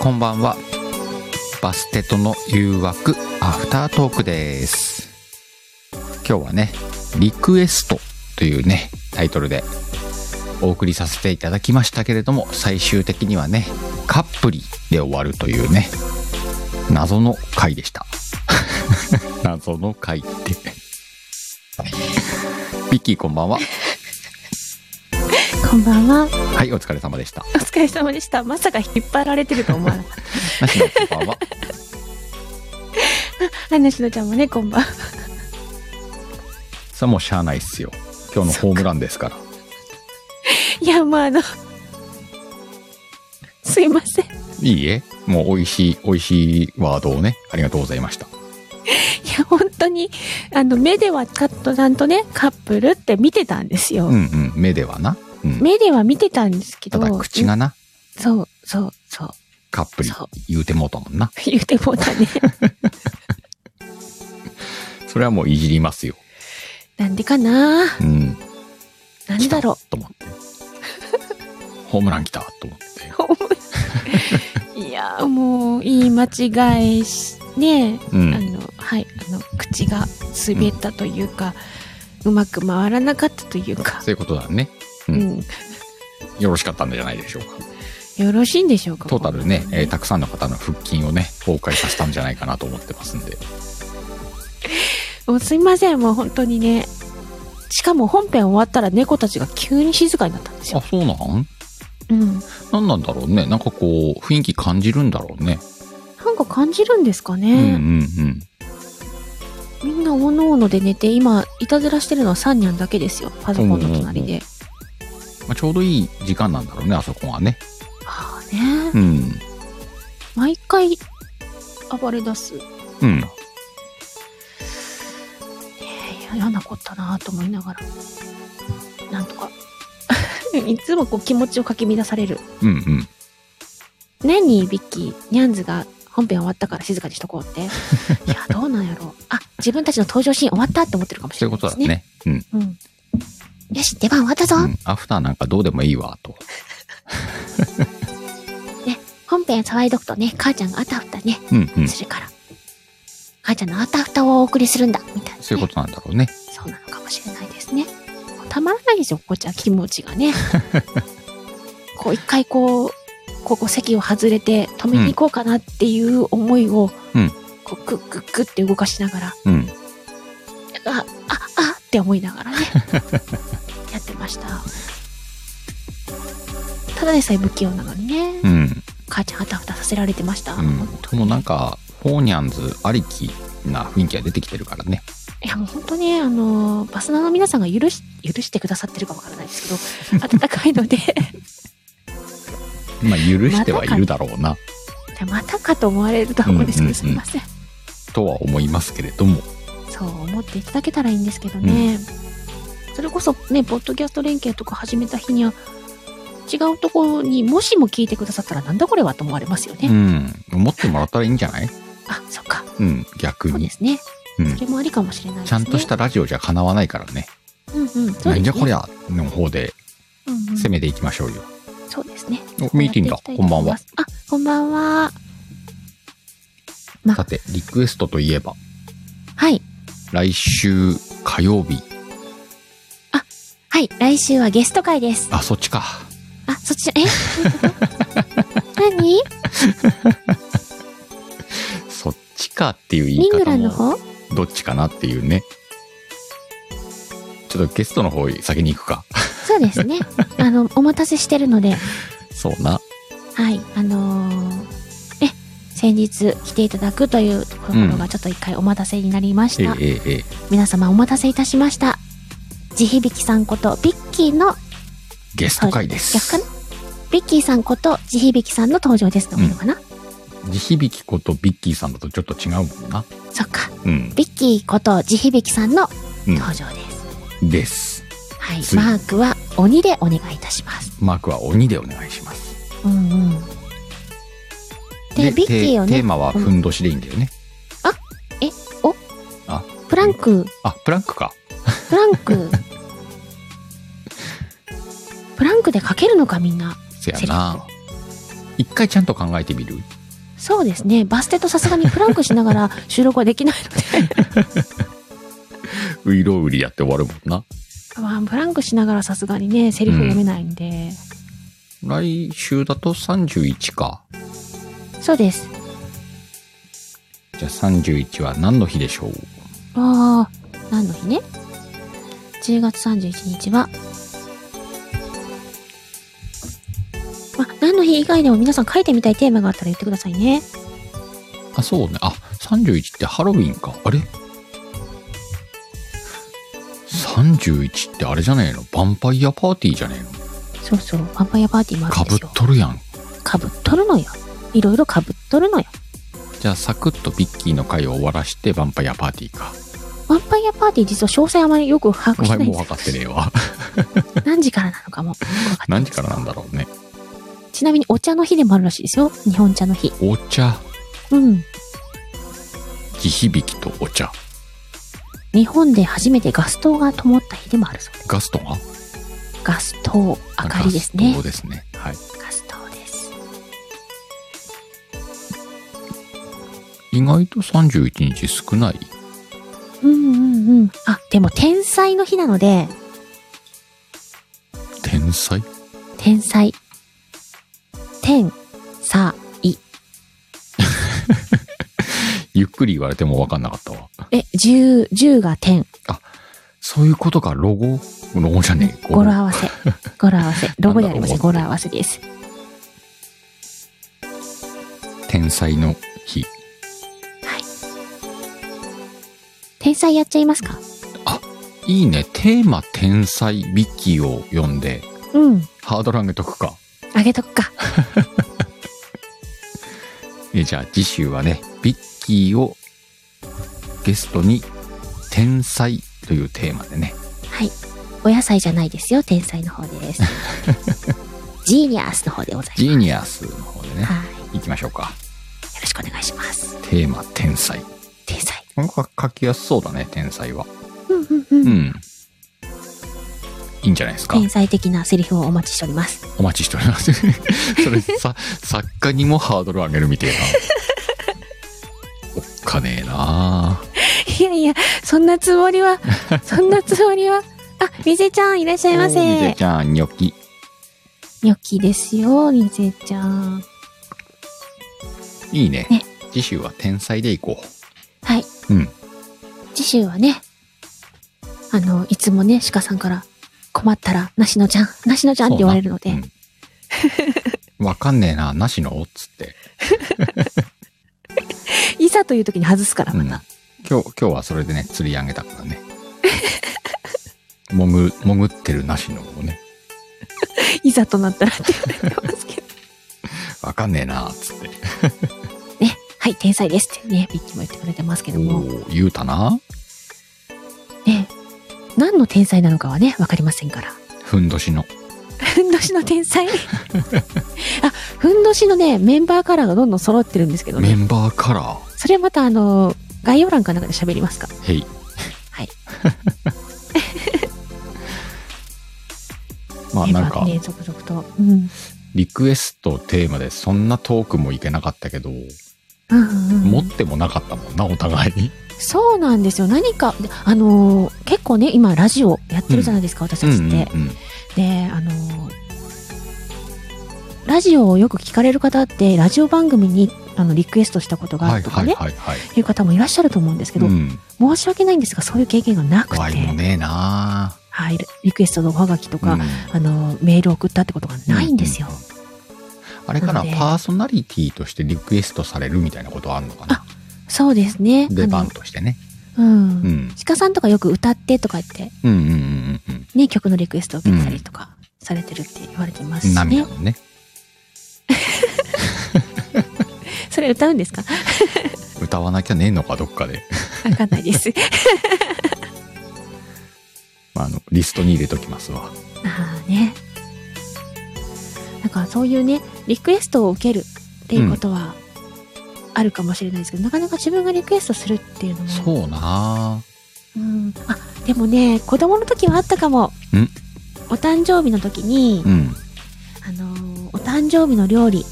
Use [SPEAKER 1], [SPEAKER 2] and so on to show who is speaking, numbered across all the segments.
[SPEAKER 1] こんばんはバステとの誘惑アフタートークです今日はねリクエストというねタイトルでお送りさせていただきましたけれども最終的にはねカップリで終わるというね謎の回でした 謎の回ってビッキーこんばんは
[SPEAKER 2] こんばんは。
[SPEAKER 1] はいお疲れ様でした
[SPEAKER 2] お疲れ様でした。まさか引っ張られてると思わなかっ
[SPEAKER 1] なしのこんばんは
[SPEAKER 2] た。はい、しのちゃんもね、こんばんは。
[SPEAKER 1] さあもうしゃあないっすよ今日のホームランですから
[SPEAKER 2] いや、まあ、あの、すいません。い
[SPEAKER 1] いいえもう美味しい美味しいワードをねありがとうございました
[SPEAKER 2] や、本当に、あの、目ではカットさんとね、カップルって見てたんですよ。
[SPEAKER 1] うんうん目ではな、うん、
[SPEAKER 2] 目では見てたんですけ
[SPEAKER 1] た
[SPEAKER 2] ど、
[SPEAKER 1] だ口がな
[SPEAKER 2] そう、そう、そう、
[SPEAKER 1] カップリ
[SPEAKER 2] そう
[SPEAKER 1] 言うてもうたもんな
[SPEAKER 2] 言うてもうた ね。
[SPEAKER 1] それはもういじりますよ
[SPEAKER 2] なんでかな
[SPEAKER 1] うん
[SPEAKER 2] なんだろ
[SPEAKER 1] と思って ホームラン来たと思って
[SPEAKER 2] う。いや、もう、言い間違いし、ね
[SPEAKER 1] う
[SPEAKER 2] あ
[SPEAKER 1] ん
[SPEAKER 2] のはいあの口が滑ったというか、うまく回らなかったというか
[SPEAKER 1] そう、いうことだね
[SPEAKER 2] う
[SPEAKER 1] うん
[SPEAKER 2] ん、
[SPEAKER 1] よろしかったんじゃないでしょうか
[SPEAKER 2] よろしいんでしょうか
[SPEAKER 1] トータルね、えーたくさんの方の腹筋をね崩壊させたんじゃないかなと思ってますんで
[SPEAKER 2] もうすいませんもう本当にねしかも本編終わったら猫たちが急に静かになったんです
[SPEAKER 1] あ
[SPEAKER 2] よ、
[SPEAKER 1] そうなん
[SPEAKER 2] うん、
[SPEAKER 1] なんなんだろうねなんかこう雰囲気感じるんだろうね
[SPEAKER 2] なんか感じるんですか
[SPEAKER 1] うんうん
[SPEAKER 2] ね、
[SPEAKER 1] うん
[SPEAKER 2] みんなおのおので寝て今いたずらしてるのはサンニャンだけですよパソコンの隣で、
[SPEAKER 1] まあ、ちょうどいい時間なんだろうね、あそこはね。
[SPEAKER 2] ああね、
[SPEAKER 1] うん。
[SPEAKER 2] 毎回暴れ出すい
[SPEAKER 1] うん。
[SPEAKER 2] やいや嫌なこったなぁと思いながらなんとか いつもこう気持ちをかき乱される
[SPEAKER 1] うんうん。
[SPEAKER 2] 何にビッキーニャンズが本編終わったから静かにしとこう っていやどうなんやろうあ自分たちの登場シーン終わったって思ってるかもし
[SPEAKER 1] そうい
[SPEAKER 2] れ
[SPEAKER 1] う
[SPEAKER 2] な
[SPEAKER 1] こ
[SPEAKER 2] いで
[SPEAKER 1] と
[SPEAKER 2] す
[SPEAKER 1] だ
[SPEAKER 2] ね
[SPEAKER 1] ね。うん。
[SPEAKER 2] うん、よし出番終わったぞ、
[SPEAKER 1] うん。アフターなんかどうでもいいわ、と。
[SPEAKER 2] 本編騒いどくとね母ちゃんがあたふたね
[SPEAKER 1] うんうん。
[SPEAKER 2] するから、母ちゃんのあたふたをお送りするんだみたいな、ね、
[SPEAKER 1] そういうことなんだろうね。
[SPEAKER 2] そうなのかもしれないですねたまらないですよこっちは気持ち がねこう一回こうここ席を外れて止めに行こうかなっていう思いを、
[SPEAKER 1] うん
[SPEAKER 2] こうグッグッグッって動かしながら
[SPEAKER 1] うん。
[SPEAKER 2] あ、あ、あって思いな がらね、やってました。ただでさえ不器用なのにね、
[SPEAKER 1] うん。
[SPEAKER 2] 母ちゃんあたふたさせられてました。
[SPEAKER 1] うん
[SPEAKER 2] 本当。に
[SPEAKER 1] もうなんか、フォーニャンズありきな雰囲気が出てきてるからね。
[SPEAKER 2] いや、もう本当ね、あの、バスナーの皆さんが許し、許してくださってるかわからないです けど、温かいので、
[SPEAKER 1] まあ、許してはいるだろうな、
[SPEAKER 2] またかと思われるとは思うんですけど、
[SPEAKER 1] うんうんうん
[SPEAKER 2] すみません。
[SPEAKER 1] とは思いますけれども。
[SPEAKER 2] そう思っていただけたらいいんですけどね、それこそねポッドキャスト連携とか始めた日には違うところにもしも聞いてくださったらなんだこれはと思われますよね、
[SPEAKER 1] うん。思ってもらったらいいんじゃない
[SPEAKER 2] あそっか
[SPEAKER 1] うん。逆
[SPEAKER 2] そう
[SPEAKER 1] に
[SPEAKER 2] で。すね、
[SPEAKER 1] うん
[SPEAKER 2] それもありかもしれないですね
[SPEAKER 1] ちゃんとしたラジオじゃかなわないからね。
[SPEAKER 2] うんうんそうです
[SPEAKER 1] な
[SPEAKER 2] ね
[SPEAKER 1] んじゃこりゃの方で
[SPEAKER 2] うんうん
[SPEAKER 1] 攻めていきましょうよ。
[SPEAKER 2] そうですね
[SPEAKER 1] おミーティングだ。こんばんは
[SPEAKER 2] あ。こんばんは
[SPEAKER 1] さて、リクエストといえば、
[SPEAKER 2] はい
[SPEAKER 1] 来週火曜日。
[SPEAKER 2] はい来週はゲスト会です
[SPEAKER 1] あ、そっちか。
[SPEAKER 2] あそっちえ 何
[SPEAKER 1] そっちかっていう言
[SPEAKER 2] イ
[SPEAKER 1] い
[SPEAKER 2] ング
[SPEAKER 1] 方
[SPEAKER 2] ランドの
[SPEAKER 1] も、
[SPEAKER 2] 方
[SPEAKER 1] どっちかなっていうね。ちょっとゲストの方先に行くか。
[SPEAKER 2] そうですねあのお待たせしてるので
[SPEAKER 1] そうな。
[SPEAKER 2] はい、あのーえ、先日来ていただくというところ
[SPEAKER 1] う
[SPEAKER 2] がちょっと一回お待たせになりまし
[SPEAKER 1] ええ
[SPEAKER 2] た。
[SPEAKER 1] ええええ。
[SPEAKER 2] 皆様お待たせいたしました。地響きさんことビッキーの、
[SPEAKER 1] ゲスト会です。
[SPEAKER 2] 逆かなビッキーさんこと地響きさんの登場ですのことかな、
[SPEAKER 1] 地響きことビッキーさんだとちょっと違うもんな。
[SPEAKER 2] そっか。
[SPEAKER 1] うん。
[SPEAKER 2] ビッキーこと地響きさんの
[SPEAKER 1] うん
[SPEAKER 2] 登場です。
[SPEAKER 1] です。
[SPEAKER 2] はい、
[SPEAKER 1] ついに
[SPEAKER 2] マークは鬼でお願いいたします。
[SPEAKER 1] マークは鬼でお願いします。
[SPEAKER 2] うんうん。でビッキーを
[SPEAKER 1] テ
[SPEAKER 2] ね
[SPEAKER 1] テーマはふんどしでいいんだよね。
[SPEAKER 2] プランク、
[SPEAKER 1] あ、プランクか。
[SPEAKER 2] プランク。プランクで書けるのかみんな。
[SPEAKER 1] せやな。一回ちゃんと考えてみる
[SPEAKER 2] そうですね。バステとさすがにフランクしながら収録はできないので、
[SPEAKER 1] ういろうりやって終わるもんな
[SPEAKER 2] まあ、フランクしながらさすがにね、セリフ読めないんで、
[SPEAKER 1] 来週だと31か
[SPEAKER 2] そうです。
[SPEAKER 1] じゃあ31は何の日でしょう
[SPEAKER 2] ああ、何の日ね ?10 月31日は、まあ、何の日以外でも皆さん書いてみたいテーマがあったら言ってくださいね。
[SPEAKER 1] あそうねあ31ってハロウィンかあれ31ってあれじゃねえのヴァンパイアパーティーじゃねえの
[SPEAKER 2] そうそう、ヴァンパイアパーティーもある
[SPEAKER 1] か
[SPEAKER 2] んで
[SPEAKER 1] ぶっ
[SPEAKER 2] すよ。
[SPEAKER 1] とるやん
[SPEAKER 2] かぶっとるのよ。いろいろかぶっとるのよ。
[SPEAKER 1] じゃあサクッとビッキーの回を終わらしてヴァンパイアパーティーか
[SPEAKER 2] ヴァンパイアパーティー実は詳細あまりよく把
[SPEAKER 1] お
[SPEAKER 2] 握して
[SPEAKER 1] 前
[SPEAKER 2] ないん
[SPEAKER 1] もう
[SPEAKER 2] で
[SPEAKER 1] 分
[SPEAKER 2] す
[SPEAKER 1] かってねえ わ
[SPEAKER 2] 何時からなのかも。 分かってない
[SPEAKER 1] 何時からなんだろうね
[SPEAKER 2] ちなみにお茶の日でもあるらしいですよ。日本茶の日。
[SPEAKER 1] お茶
[SPEAKER 2] うん。
[SPEAKER 1] 地響きとお茶
[SPEAKER 2] 日本で初めてガス灯が灯った日でもあるそうです。
[SPEAKER 1] ガストンは
[SPEAKER 2] ガス灯、明かりですね
[SPEAKER 1] そう。ですねはい
[SPEAKER 2] ガス灯です。
[SPEAKER 1] 意外と31日少ない
[SPEAKER 2] うんうんうん。あ、でも天才の日なので、
[SPEAKER 1] 天才
[SPEAKER 2] 天才。天、さ、
[SPEAKER 1] ゆっくり言われても分かんなかったわ
[SPEAKER 2] え、十、十が天。
[SPEAKER 1] そういうことかロゴロゴじゃねえ
[SPEAKER 2] 語呂合わせ。語呂合わせ。ロゴではありません。
[SPEAKER 1] なんだろう
[SPEAKER 2] 語呂合わせです。
[SPEAKER 1] 天才の日
[SPEAKER 2] はい。天才やっちゃいますか
[SPEAKER 1] いいねテーマ「天才ビッキー」を読んで
[SPEAKER 2] うん。
[SPEAKER 1] ハードル上げとくか
[SPEAKER 2] あげとくか。
[SPEAKER 1] えじゃあ次週はねビッキーをゲストに「天才」というテーマでね
[SPEAKER 2] はい。お野菜じゃないですよ。天才の方 です。ジーニアスの方でございます。
[SPEAKER 1] ジーニアスの方でね
[SPEAKER 2] はい。
[SPEAKER 1] いきましょうか
[SPEAKER 2] よろしくお願いします。
[SPEAKER 1] テーマ「天才
[SPEAKER 2] 天才。」
[SPEAKER 1] なんか書きやすそうだね天才は
[SPEAKER 2] うんうんうん。
[SPEAKER 1] うんいいんじゃないですか
[SPEAKER 2] 天才的なセリフをお待ちしております。
[SPEAKER 1] お待ちしております それさ作家にもハードル上げるみ たいなおっかねえない
[SPEAKER 2] やいや、そんなつもり は、そんなつもりは。あ、みぜちゃんいらっしゃいま
[SPEAKER 1] おみ
[SPEAKER 2] せ
[SPEAKER 1] ぜ。ちゃんニョキ
[SPEAKER 2] ニョキですよ、みぜちゃん。
[SPEAKER 1] いいね
[SPEAKER 2] ね
[SPEAKER 1] 次週は天才でいこ
[SPEAKER 2] はい。
[SPEAKER 1] ううん
[SPEAKER 2] 次週はね、あの、いつもね、鹿さんから、困ったら、なしのちゃん、なしのちゃんって言われるので、
[SPEAKER 1] うん、 わかんねえななしのっつって、
[SPEAKER 2] いざという時に外すから、
[SPEAKER 1] う
[SPEAKER 2] ま
[SPEAKER 1] ん、今
[SPEAKER 2] た。
[SPEAKER 1] 日今日はそれでね釣り上げたからね もぐ潜ってるなしのをね
[SPEAKER 2] いざとなったらって言われてますけど。
[SPEAKER 1] わかんねえなっつって
[SPEAKER 2] ね、はい、天才ですってね、ビッキーも言ってくれてますけ
[SPEAKER 1] お
[SPEAKER 2] ども、
[SPEAKER 1] お言うたな
[SPEAKER 2] ね、何の天才なのかはね、わかりませんから。
[SPEAKER 1] ふんどしの
[SPEAKER 2] ふんどしの 天才あふんどしのねメンバーカラーがどんどん揃ってるんですけど
[SPEAKER 1] メ
[SPEAKER 2] ね
[SPEAKER 1] ンバーカラー
[SPEAKER 2] それはまたあの概要欄かなんかで喋りますか
[SPEAKER 1] へい
[SPEAKER 2] はい
[SPEAKER 1] まあ
[SPEAKER 2] メン
[SPEAKER 1] な
[SPEAKER 2] バ
[SPEAKER 1] ん
[SPEAKER 2] ーが
[SPEAKER 1] か
[SPEAKER 2] ね続々と、うん、
[SPEAKER 1] リクエストテーマでそんな遠くもいけなかったけど、
[SPEAKER 2] うんうんうん
[SPEAKER 1] 持ってもなかったもんなお互いに
[SPEAKER 2] そうなんですよ何かあのー結構ね今ラジオやってるじゃないですか、私たちって、
[SPEAKER 1] うんうんうん
[SPEAKER 2] であのーラジオをよく聞かれる方ってラジオ番組にあのリクエストしたことがあ
[SPEAKER 1] はい
[SPEAKER 2] るとか
[SPEAKER 1] は
[SPEAKER 2] ね、
[SPEAKER 1] い
[SPEAKER 2] い
[SPEAKER 1] はいはいう
[SPEAKER 2] 方もいらっしゃると思うんですけど、
[SPEAKER 1] うん
[SPEAKER 2] 申し訳ないんですがそういう経験がなく
[SPEAKER 1] わ
[SPEAKER 2] て
[SPEAKER 1] いもねえな
[SPEAKER 2] はい、リクエストのおはがきとか、
[SPEAKER 1] うん
[SPEAKER 2] あのメールを送ったってことがないんですよ。
[SPEAKER 1] うあれかな
[SPEAKER 2] なので
[SPEAKER 1] パーソナリティとしてリクエストされるみたいなことあるのかな
[SPEAKER 2] そうですね。
[SPEAKER 1] 出
[SPEAKER 2] あ
[SPEAKER 1] 番
[SPEAKER 2] の
[SPEAKER 1] としてね、
[SPEAKER 2] うん。
[SPEAKER 1] うん、
[SPEAKER 2] 鹿さんとかよく歌ってとか言って、
[SPEAKER 1] うんうんうんうん
[SPEAKER 2] ね、曲のリクエストを受けたりとかされてるって言われてますし
[SPEAKER 1] 涙
[SPEAKER 2] ね。
[SPEAKER 1] のね
[SPEAKER 2] それ歌うんですか
[SPEAKER 1] 歌わなきゃねえのかどっかで、
[SPEAKER 2] わかんないです。
[SPEAKER 1] まあ、あのリストに入れときますわ
[SPEAKER 2] ああね。なんかそういうね、リクエストを受けるっていうことは、あるかもしれないですけど、なかなか自分がリクエストするっていうのも。
[SPEAKER 1] そうな
[SPEAKER 2] うん。あ、でもね、子供の時はあったかも。
[SPEAKER 1] ん
[SPEAKER 2] お誕生日の時に、
[SPEAKER 1] うん
[SPEAKER 2] あのーお誕生日の料理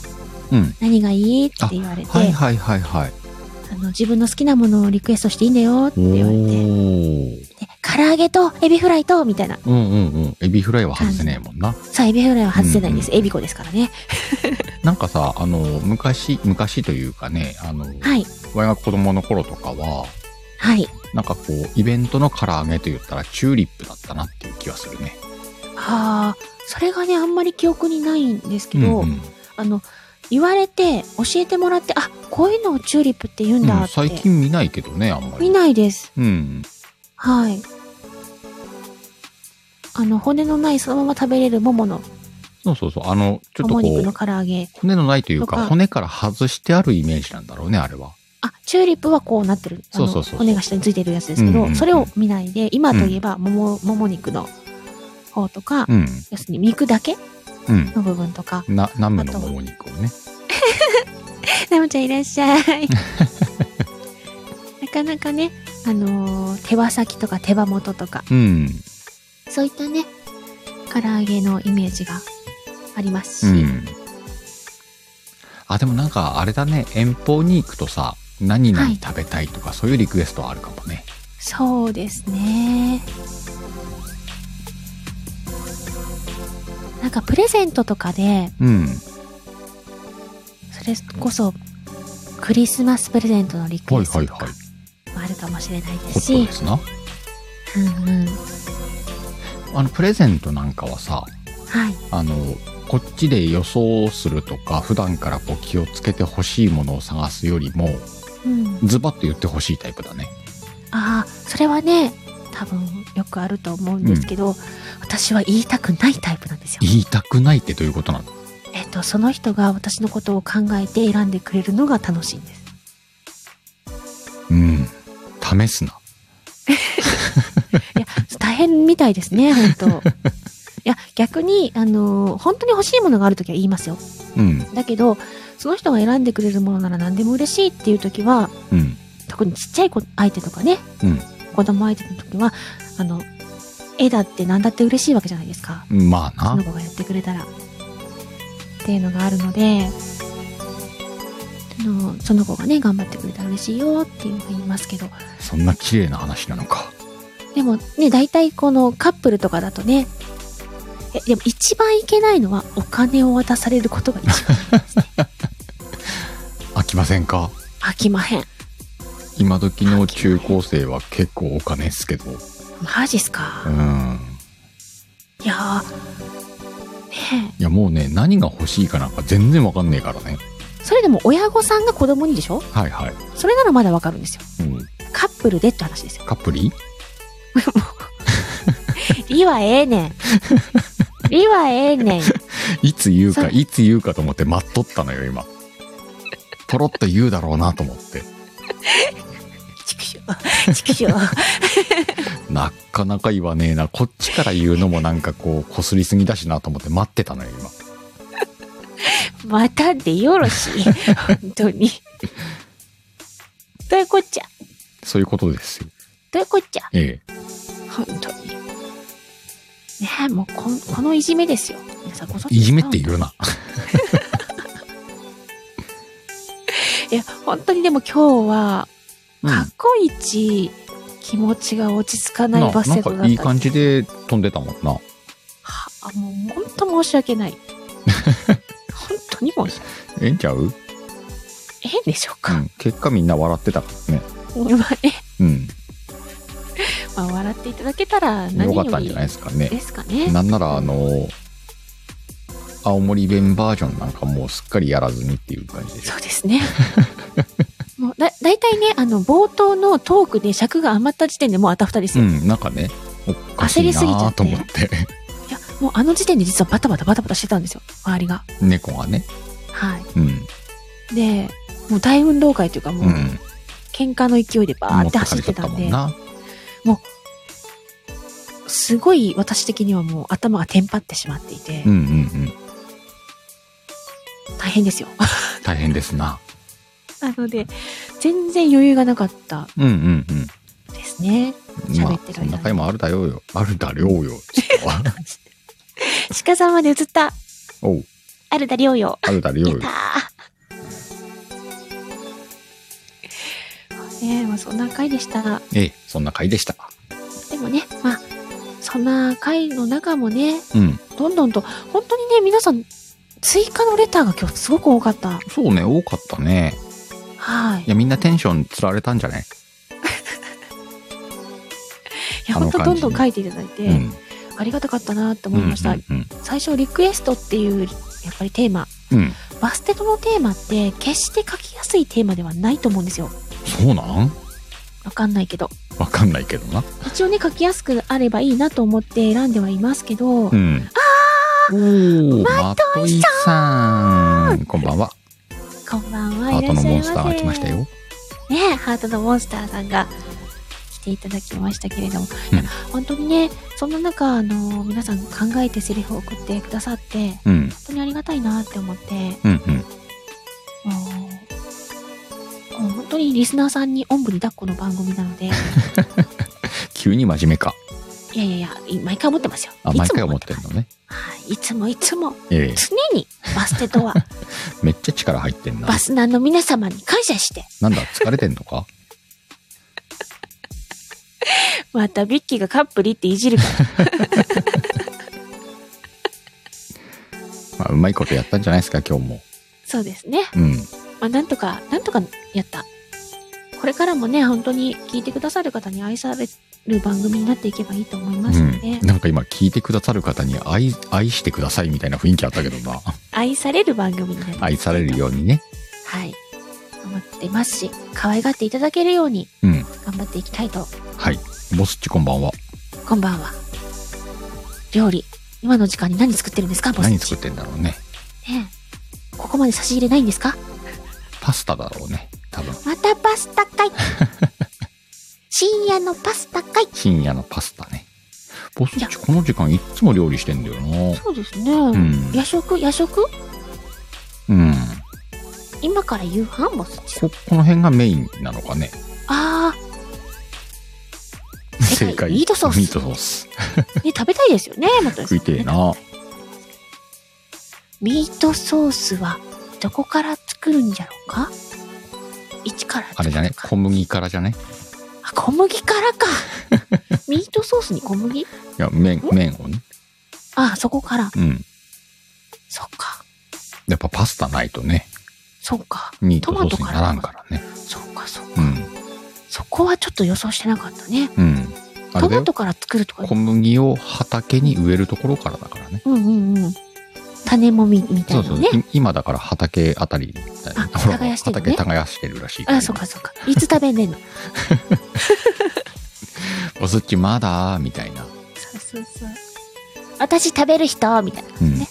[SPEAKER 1] うん
[SPEAKER 2] 何がいいって言われて、
[SPEAKER 1] はいはいはいはい。
[SPEAKER 2] あの自分の好きなものをリクエストしていいんだよって
[SPEAKER 1] お
[SPEAKER 2] 言われて、
[SPEAKER 1] ー。
[SPEAKER 2] で唐揚げとエビフライと、みたいな。
[SPEAKER 1] うんうんうん。エビフライは外せねえもんな。
[SPEAKER 2] さあ、エビフライは外せないんです。エビ子ですからね。
[SPEAKER 1] なんかさ、あの、昔、昔というかね、あの、
[SPEAKER 2] はい。
[SPEAKER 1] 我が子供の頃とかは、
[SPEAKER 2] はい。
[SPEAKER 1] なんかこう、イベントの唐揚げと言ったらチューリップだったなっていう気はするね。
[SPEAKER 2] はあ、それがね、あんまり記憶にないんですけど、
[SPEAKER 1] うんうん
[SPEAKER 2] あの、言われて、教えてもらって、あ、こういうのをチューリップって言うんだ
[SPEAKER 1] う
[SPEAKER 2] っ
[SPEAKER 1] ん、
[SPEAKER 2] て。
[SPEAKER 1] 最近見ないけどね、あんまり。
[SPEAKER 2] 見ないです。
[SPEAKER 1] うん。
[SPEAKER 2] はい。あの、骨のないそのまま食べれるももの、
[SPEAKER 1] そうそうそう。あの、ちょっと
[SPEAKER 2] も
[SPEAKER 1] こ
[SPEAKER 2] も肉の
[SPEAKER 1] う、
[SPEAKER 2] 唐揚げ。
[SPEAKER 1] 骨のないという
[SPEAKER 2] と
[SPEAKER 1] か、
[SPEAKER 2] か
[SPEAKER 1] 骨から外してあるイメージなんだろうね、あれは。
[SPEAKER 2] あ、チューリップはこうなってる。あの
[SPEAKER 1] そうそうそうそう
[SPEAKER 2] 骨が下についてるやつですけ
[SPEAKER 1] うん
[SPEAKER 2] ど、
[SPEAKER 1] うんうん
[SPEAKER 2] それを見ないで、今といえば、もも、もも肉の方とか、
[SPEAKER 1] うん。
[SPEAKER 2] 要するに肉だけ
[SPEAKER 1] うん。
[SPEAKER 2] の部分とか、
[SPEAKER 1] な、ナムのもも肉をね。
[SPEAKER 2] ナムちゃんいらっしゃい。なかなかね、あのー手羽先とか手羽元とか、
[SPEAKER 1] うん。
[SPEAKER 2] そういったね、唐揚げのイメージがあります
[SPEAKER 1] う
[SPEAKER 2] し、
[SPEAKER 1] ん。あ、でもなんか、あれだね、遠方に行くとさ、何々食べたいとか、そういうリクエストはあるかもね。
[SPEAKER 2] そうですね。なんかプレゼントとかで、
[SPEAKER 1] うん。
[SPEAKER 2] それこそ、クリスマスプレゼントのリク
[SPEAKER 1] は
[SPEAKER 2] エ
[SPEAKER 1] い
[SPEAKER 2] スト
[SPEAKER 1] はい
[SPEAKER 2] とか
[SPEAKER 1] はい。
[SPEAKER 2] もあるかもしれないで
[SPEAKER 1] ホ
[SPEAKER 2] す
[SPEAKER 1] ットで、
[SPEAKER 2] し
[SPEAKER 1] すな。
[SPEAKER 2] うんうん、
[SPEAKER 1] あの、プレゼントなんかはさ、
[SPEAKER 2] はい、
[SPEAKER 1] あの、こっちで予想するとか、普段からこう気をつけてほしいものを探すよりも、
[SPEAKER 2] うん、
[SPEAKER 1] ズバッと言ってほしいタイプだね。
[SPEAKER 2] ああそれはね多分よくあると思うんですけど、私は言いたくないタイプなんですよ。
[SPEAKER 1] 言いたくないってどういうことなの
[SPEAKER 2] えっとその人が私のことを考えて選んでくれるのが楽しいんです。
[SPEAKER 1] うん。試すな。
[SPEAKER 2] いや大変みたいです ね本当。いや逆にあのー本当に欲しいものがある時は言いますよ。
[SPEAKER 1] うん。
[SPEAKER 2] だけどその人が選んでくれるものなら何でも嬉しいっていう時は
[SPEAKER 1] うん。
[SPEAKER 2] 特にちっちゃい子相手とかね、
[SPEAKER 1] うん
[SPEAKER 2] 子供相手の時はあの絵だって何だって嬉しいわけじゃないですか。
[SPEAKER 1] ま
[SPEAKER 2] そ
[SPEAKER 1] あ
[SPEAKER 2] の
[SPEAKER 1] な。
[SPEAKER 2] 子がやってくれたらっていうのがあるのであのその子がね頑張ってくれたら嬉しいよっていうのを言いますけど
[SPEAKER 1] そんな綺麗な話なのか。
[SPEAKER 2] でもね大体このカップルとかだとねえでも一番いけないのはお金を渡されることが一番
[SPEAKER 1] 飽きませんか
[SPEAKER 2] 飽きまへん
[SPEAKER 1] 今時の中高生は結構お金っすけど。
[SPEAKER 2] マジっす
[SPEAKER 1] う
[SPEAKER 2] か
[SPEAKER 1] ん。
[SPEAKER 2] いやーね
[SPEAKER 1] いやもうね、何が欲しいかなんか全然わかんねえからね。
[SPEAKER 2] えそれでも親御さんが子供にでしょ
[SPEAKER 1] はいはい。
[SPEAKER 2] それならまだわかるんですよ
[SPEAKER 1] うん。
[SPEAKER 2] カップルでって話ですよ
[SPEAKER 1] カップリ
[SPEAKER 2] リはええねんリはええねん
[SPEAKER 1] いつ言う
[SPEAKER 2] そ
[SPEAKER 1] か、
[SPEAKER 2] う
[SPEAKER 1] いつ言うかと思って待っとったのよ、今。ポロッと言うだろうなと思って。
[SPEAKER 2] 畜生畜生
[SPEAKER 1] なかなか言わねえな。こっちから言うのもなんかこう、こすりすぎだしなと思って待ってたのよ、今。
[SPEAKER 2] またでよろしい本当にどういうこっちゃ
[SPEAKER 1] そういうことですよ。
[SPEAKER 2] どういうこっちゃ
[SPEAKER 1] ええ。
[SPEAKER 2] 本当にねえもうこんこのいじめですよ皆さんご存知
[SPEAKER 1] いじめって
[SPEAKER 2] い
[SPEAKER 1] 言うな。
[SPEAKER 2] や本当にでも今日は
[SPEAKER 1] うん
[SPEAKER 2] 過去一気持ちが落ち着かない
[SPEAKER 1] な
[SPEAKER 2] バス
[SPEAKER 1] な
[SPEAKER 2] ケ
[SPEAKER 1] ん
[SPEAKER 2] ットだった
[SPEAKER 1] かいい感じで飛んでたもんな。
[SPEAKER 2] はあもう本当申し訳ない 本当に申し訳ない
[SPEAKER 1] ええんちゃう、うん、
[SPEAKER 2] ええんでしょうか、
[SPEAKER 1] 結果みんな笑ってたからね。
[SPEAKER 2] まあね
[SPEAKER 1] うん。
[SPEAKER 2] まあ、笑っていただけたら何
[SPEAKER 1] よか
[SPEAKER 2] よ
[SPEAKER 1] ったん
[SPEAKER 2] り
[SPEAKER 1] じゃないですか
[SPEAKER 2] で
[SPEAKER 1] ね。
[SPEAKER 2] すかね
[SPEAKER 1] なんならあの、青森弁バージョンなんかもうすっかりやらずにっていう感じでしょ。
[SPEAKER 2] そうですね。 もうだ大体ねあの冒頭のトークで尺が余った時点でもうあたふたです
[SPEAKER 1] う
[SPEAKER 2] よ、い
[SPEAKER 1] ん、なんかね、おかし
[SPEAKER 2] 焦
[SPEAKER 1] い
[SPEAKER 2] りすぎちゃ
[SPEAKER 1] な
[SPEAKER 2] って
[SPEAKER 1] と思って、
[SPEAKER 2] やもうあの時点で実はバタバタバタバタしてたんですよ周りが
[SPEAKER 1] 猫がね。
[SPEAKER 2] は
[SPEAKER 1] うん。
[SPEAKER 2] いでもう大運動会というかもう、
[SPEAKER 1] うん。
[SPEAKER 2] 喧嘩の勢いでバー
[SPEAKER 1] 持
[SPEAKER 2] っ
[SPEAKER 1] か
[SPEAKER 2] て走
[SPEAKER 1] れ
[SPEAKER 2] っ
[SPEAKER 1] ちゃ
[SPEAKER 2] て
[SPEAKER 1] ったた
[SPEAKER 2] ん
[SPEAKER 1] も
[SPEAKER 2] で
[SPEAKER 1] んな。
[SPEAKER 2] すごい私的にはもう頭がテンパってしまっていて、
[SPEAKER 1] うんうんうん。
[SPEAKER 2] 大変ですよ
[SPEAKER 1] 大変ですな。
[SPEAKER 2] なので全然余裕がなかった
[SPEAKER 1] うんうんうん。
[SPEAKER 2] ですね
[SPEAKER 1] ま
[SPEAKER 2] 喋
[SPEAKER 1] あ
[SPEAKER 2] って、る
[SPEAKER 1] そんな回もあるだよよ。あるだよよ。ちょっと は
[SPEAKER 2] 鹿さんまで映った
[SPEAKER 1] おう、
[SPEAKER 2] あるだりょうよ
[SPEAKER 1] あるだよ
[SPEAKER 2] 出
[SPEAKER 1] よ
[SPEAKER 2] た。ー ねえ、まあ、そんな回でした。
[SPEAKER 1] ええ、そんな回でした。
[SPEAKER 2] でもね、まあ、そんな回の中もね、
[SPEAKER 1] うん。
[SPEAKER 2] どんどんと、本当にね、皆さん、追加のレターが今日すごく多かった。
[SPEAKER 1] そうね、多かったね。
[SPEAKER 2] はい。
[SPEAKER 1] いや、みんなテンションつられたんじゃない
[SPEAKER 2] いや、
[SPEAKER 1] あの
[SPEAKER 2] 本当ど
[SPEAKER 1] 感
[SPEAKER 2] ん
[SPEAKER 1] じ
[SPEAKER 2] どん書いていただいて、
[SPEAKER 1] うん。
[SPEAKER 2] ありがたかったなって
[SPEAKER 1] う
[SPEAKER 2] 思
[SPEAKER 1] ん
[SPEAKER 2] いました。
[SPEAKER 1] うん
[SPEAKER 2] 最初、リクエストっていう、やっぱりテーマ、
[SPEAKER 1] うん。うん。
[SPEAKER 2] バステトのテーマって、決して書きやすいテーマではないと思うんですよ。
[SPEAKER 1] そうなん
[SPEAKER 2] わかんないけど。
[SPEAKER 1] わかんないけどな。
[SPEAKER 2] 一応ね、書きやすくあればいいなと思って選んではいますけど、
[SPEAKER 1] うん。あーおー、まといさん。こんばんは。
[SPEAKER 2] こんばんは。
[SPEAKER 1] ハートのモンスター
[SPEAKER 2] いら
[SPEAKER 1] が
[SPEAKER 2] っしゃ
[SPEAKER 1] 来
[SPEAKER 2] いま
[SPEAKER 1] ま
[SPEAKER 2] せ
[SPEAKER 1] したよ。
[SPEAKER 2] ねえハートのモンスターさんが来ていただきましたけれども、
[SPEAKER 1] うん
[SPEAKER 2] いや本当にねそんな中あの皆さん考えてセリフを送ってくださって本
[SPEAKER 1] うん。
[SPEAKER 2] 当にありがたいなって思っても
[SPEAKER 1] うんうん。
[SPEAKER 2] うもう本当にリスナーさんにおんぶに抱っこの番組なのでい
[SPEAKER 1] 急に真面目か。
[SPEAKER 2] やいやいやい毎回思ってますよ
[SPEAKER 1] あ、
[SPEAKER 2] い
[SPEAKER 1] 毎
[SPEAKER 2] つ
[SPEAKER 1] 回
[SPEAKER 2] も
[SPEAKER 1] 思ってるのね。
[SPEAKER 2] はいいつもいつも
[SPEAKER 1] ええ。
[SPEAKER 2] 常にバステと は
[SPEAKER 1] めっちゃ力入ってんな
[SPEAKER 2] バ。スナーの皆様に感謝して
[SPEAKER 1] なんだ、疲れてんのか
[SPEAKER 2] またビッキーがカップリっていじるから
[SPEAKER 1] まあうまいことやったんじゃないですか、今日も。
[SPEAKER 2] そうですね
[SPEAKER 1] うん。
[SPEAKER 2] まあ、なんとか、なんとかやった。これからもね、本当に聞いてくださる方に愛される番組になっていけばいいと思いますので、
[SPEAKER 1] うん、なんか今聞いてくださる方に愛愛してくださいみたいな雰囲気あったけどな
[SPEAKER 2] 愛される番組になっていきたい
[SPEAKER 1] 愛される。ようにね
[SPEAKER 2] はい。思ってますし、可愛がっていただけるように
[SPEAKER 1] うん
[SPEAKER 2] 頑張っていきたいと。
[SPEAKER 1] はいボスっちこんばんは
[SPEAKER 2] こんばんは。料理、今の時間に何作ってるんですか、ボス
[SPEAKER 1] 何
[SPEAKER 2] たち
[SPEAKER 1] 作ってんだろうね
[SPEAKER 2] ねえここまで差し入れないんですか
[SPEAKER 1] パスタだろうね多分
[SPEAKER 2] またパスタか い。深夜のパスタかい。
[SPEAKER 1] 深夜のパスタねボスっちこの時間いっつも料理してんだよな
[SPEAKER 2] そうですね。
[SPEAKER 1] ん
[SPEAKER 2] 夜食夜食
[SPEAKER 1] うん
[SPEAKER 2] 今から夕飯ボスたち
[SPEAKER 1] ここの辺がメインなのかね
[SPEAKER 2] あ正
[SPEAKER 1] 正
[SPEAKER 2] 解
[SPEAKER 1] 解
[SPEAKER 2] ミートソース
[SPEAKER 1] ミートソース
[SPEAKER 2] あ、ね、食べたいですよ ね、また
[SPEAKER 1] 食いてえな
[SPEAKER 2] ミートソースはどこから作るんじゃろうか一から
[SPEAKER 1] あ
[SPEAKER 2] 作
[SPEAKER 1] れ
[SPEAKER 2] る
[SPEAKER 1] じゃね
[SPEAKER 2] のか
[SPEAKER 1] 小麦からじゃね
[SPEAKER 2] あ小麦か らか。ミートソースに小麦
[SPEAKER 1] いや麺
[SPEAKER 2] ん
[SPEAKER 1] 麺をね
[SPEAKER 2] あ、そこから。
[SPEAKER 1] うん
[SPEAKER 2] そっか。
[SPEAKER 1] やっぱパスタないとね
[SPEAKER 2] そうか。
[SPEAKER 1] ミートソースにならんからね
[SPEAKER 2] そうか、そう。
[SPEAKER 1] うん
[SPEAKER 2] そこはちょっと予想してなかったね。
[SPEAKER 1] うんあれ
[SPEAKER 2] ト
[SPEAKER 1] だ
[SPEAKER 2] マ
[SPEAKER 1] よ
[SPEAKER 2] トから作るとか。
[SPEAKER 1] 小麦を畑に植えるところからだからね。
[SPEAKER 2] うんうんうん。種もみみた
[SPEAKER 1] そう
[SPEAKER 2] い
[SPEAKER 1] そ
[SPEAKER 2] な
[SPEAKER 1] う。
[SPEAKER 2] ね。
[SPEAKER 1] い今だから畑あたりだよね
[SPEAKER 2] あ
[SPEAKER 1] ほら
[SPEAKER 2] 耕してるのね
[SPEAKER 1] 畑耕してるらしいら
[SPEAKER 2] あ、そうか、そうか。いつ食べ んねんの。
[SPEAKER 1] おすっちまだみたいな。
[SPEAKER 2] そうそうそう。私食べる人みたいな。
[SPEAKER 1] うん
[SPEAKER 2] ね。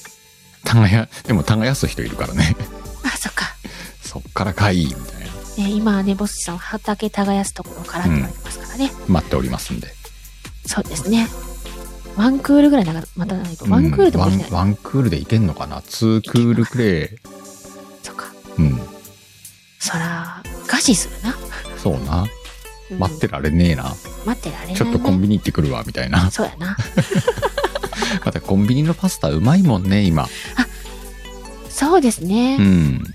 [SPEAKER 1] 耕、でも耕す人いるからね。
[SPEAKER 2] あ、そっか。
[SPEAKER 1] そっからかいみたいな。
[SPEAKER 2] ね、今はね、ボスさんは畑耕すところからって言われてますからね。
[SPEAKER 1] 待っておりますんで。
[SPEAKER 2] そうですね。ワンクールぐらいなんか待たないと。ワンクールでも
[SPEAKER 1] う
[SPEAKER 2] で
[SPEAKER 1] ん
[SPEAKER 2] き
[SPEAKER 1] ワ
[SPEAKER 2] ない
[SPEAKER 1] ン。ワンクールでいけんのかなツークールくれ
[SPEAKER 2] そっか。
[SPEAKER 1] うん。
[SPEAKER 2] そら、餓死するな。
[SPEAKER 1] そうな。
[SPEAKER 2] うん
[SPEAKER 1] 待ってられねえな。
[SPEAKER 2] 待ってられない、ね。
[SPEAKER 1] ちょっとコンビニ行ってくるわ、みたいな。
[SPEAKER 2] そうやな。
[SPEAKER 1] またコンビニのパスタうまいもんね、今。
[SPEAKER 2] そうですね。
[SPEAKER 1] うん。